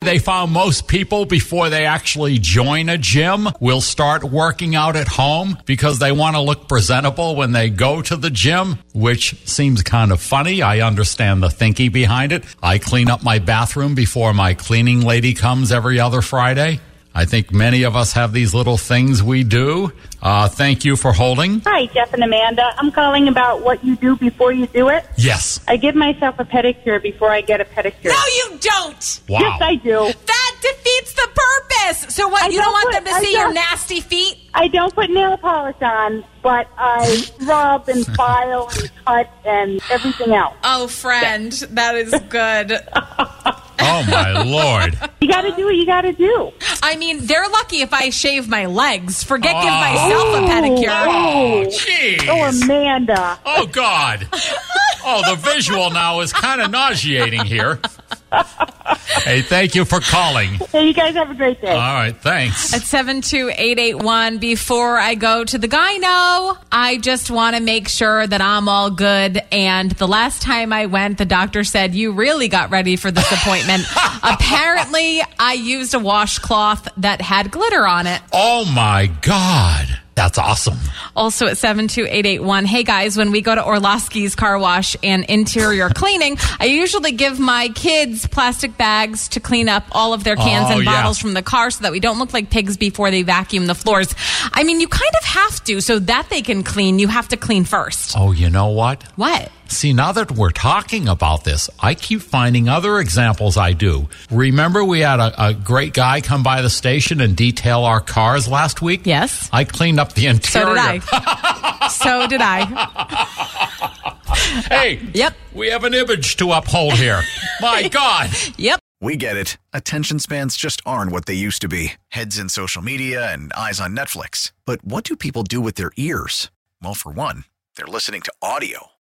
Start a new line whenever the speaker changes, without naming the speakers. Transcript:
They found most people before they actually join a gym will start working out at home because they want to look presentable when they go to the gym, which seems kind of funny. I understand the thinking behind it. I clean up my bathroom before my cleaning lady comes every other Friday. I think many of us have these little things we do. Uh, thank you for holding.
Hi, Jeff and Amanda. I'm calling about what you do before you do it.
Yes.
I give myself a pedicure before I get a pedicure.
No, you don't.
Wow.
Yes, I do.
That defeats the purpose. So what?
I
you don't
don't
want
put-
them to
I
see your
don't-
nasty feet?
I don't put nail polish on, but I rub and file and cut and everything else.
Oh, friend, that is good.
Oh, my Lord.
You got to do what you got to do.
I mean, they're lucky if I shave my legs. Forget give myself a pedicure.
Oh,
Oh,
jeez.
Amanda.
Oh, God. Oh, the visual now is kind of nauseating here. Hey, thank you for calling.
Hey, you guys have a great day.
All right, thanks.
At 72881, before I go to the gyno, I just want to make sure that I'm all good. And the last time I went, the doctor said, You really got ready for this appointment. Apparently, I used a washcloth that had glitter on it.
Oh, my God. That's awesome.
Also at 72881. Hey guys, when we go to Orlowski's car wash and interior cleaning, I usually give my kids plastic bags to clean up all of their cans
Oh,
and
yeah.
bottles from the car so that we don't look like pigs before they vacuum the floors. I mean, you kind of have to so that they can clean. You have to clean first.
Oh, you know what?
What?
See, now that we're talking about this, I keep finding other examples I do. Remember, we had a, a great guy come by the station and detail our cars last week?
Yes.
I cleaned up the
So
interior.
did I. so did I.
Hey,
Yep.
we have an image to uphold here. My God.
Yep.
We get it. Attention spans just aren't what they used to be heads in social media and eyes on Netflix. But what do people do with their ears? Well, for one, they're listening to audio.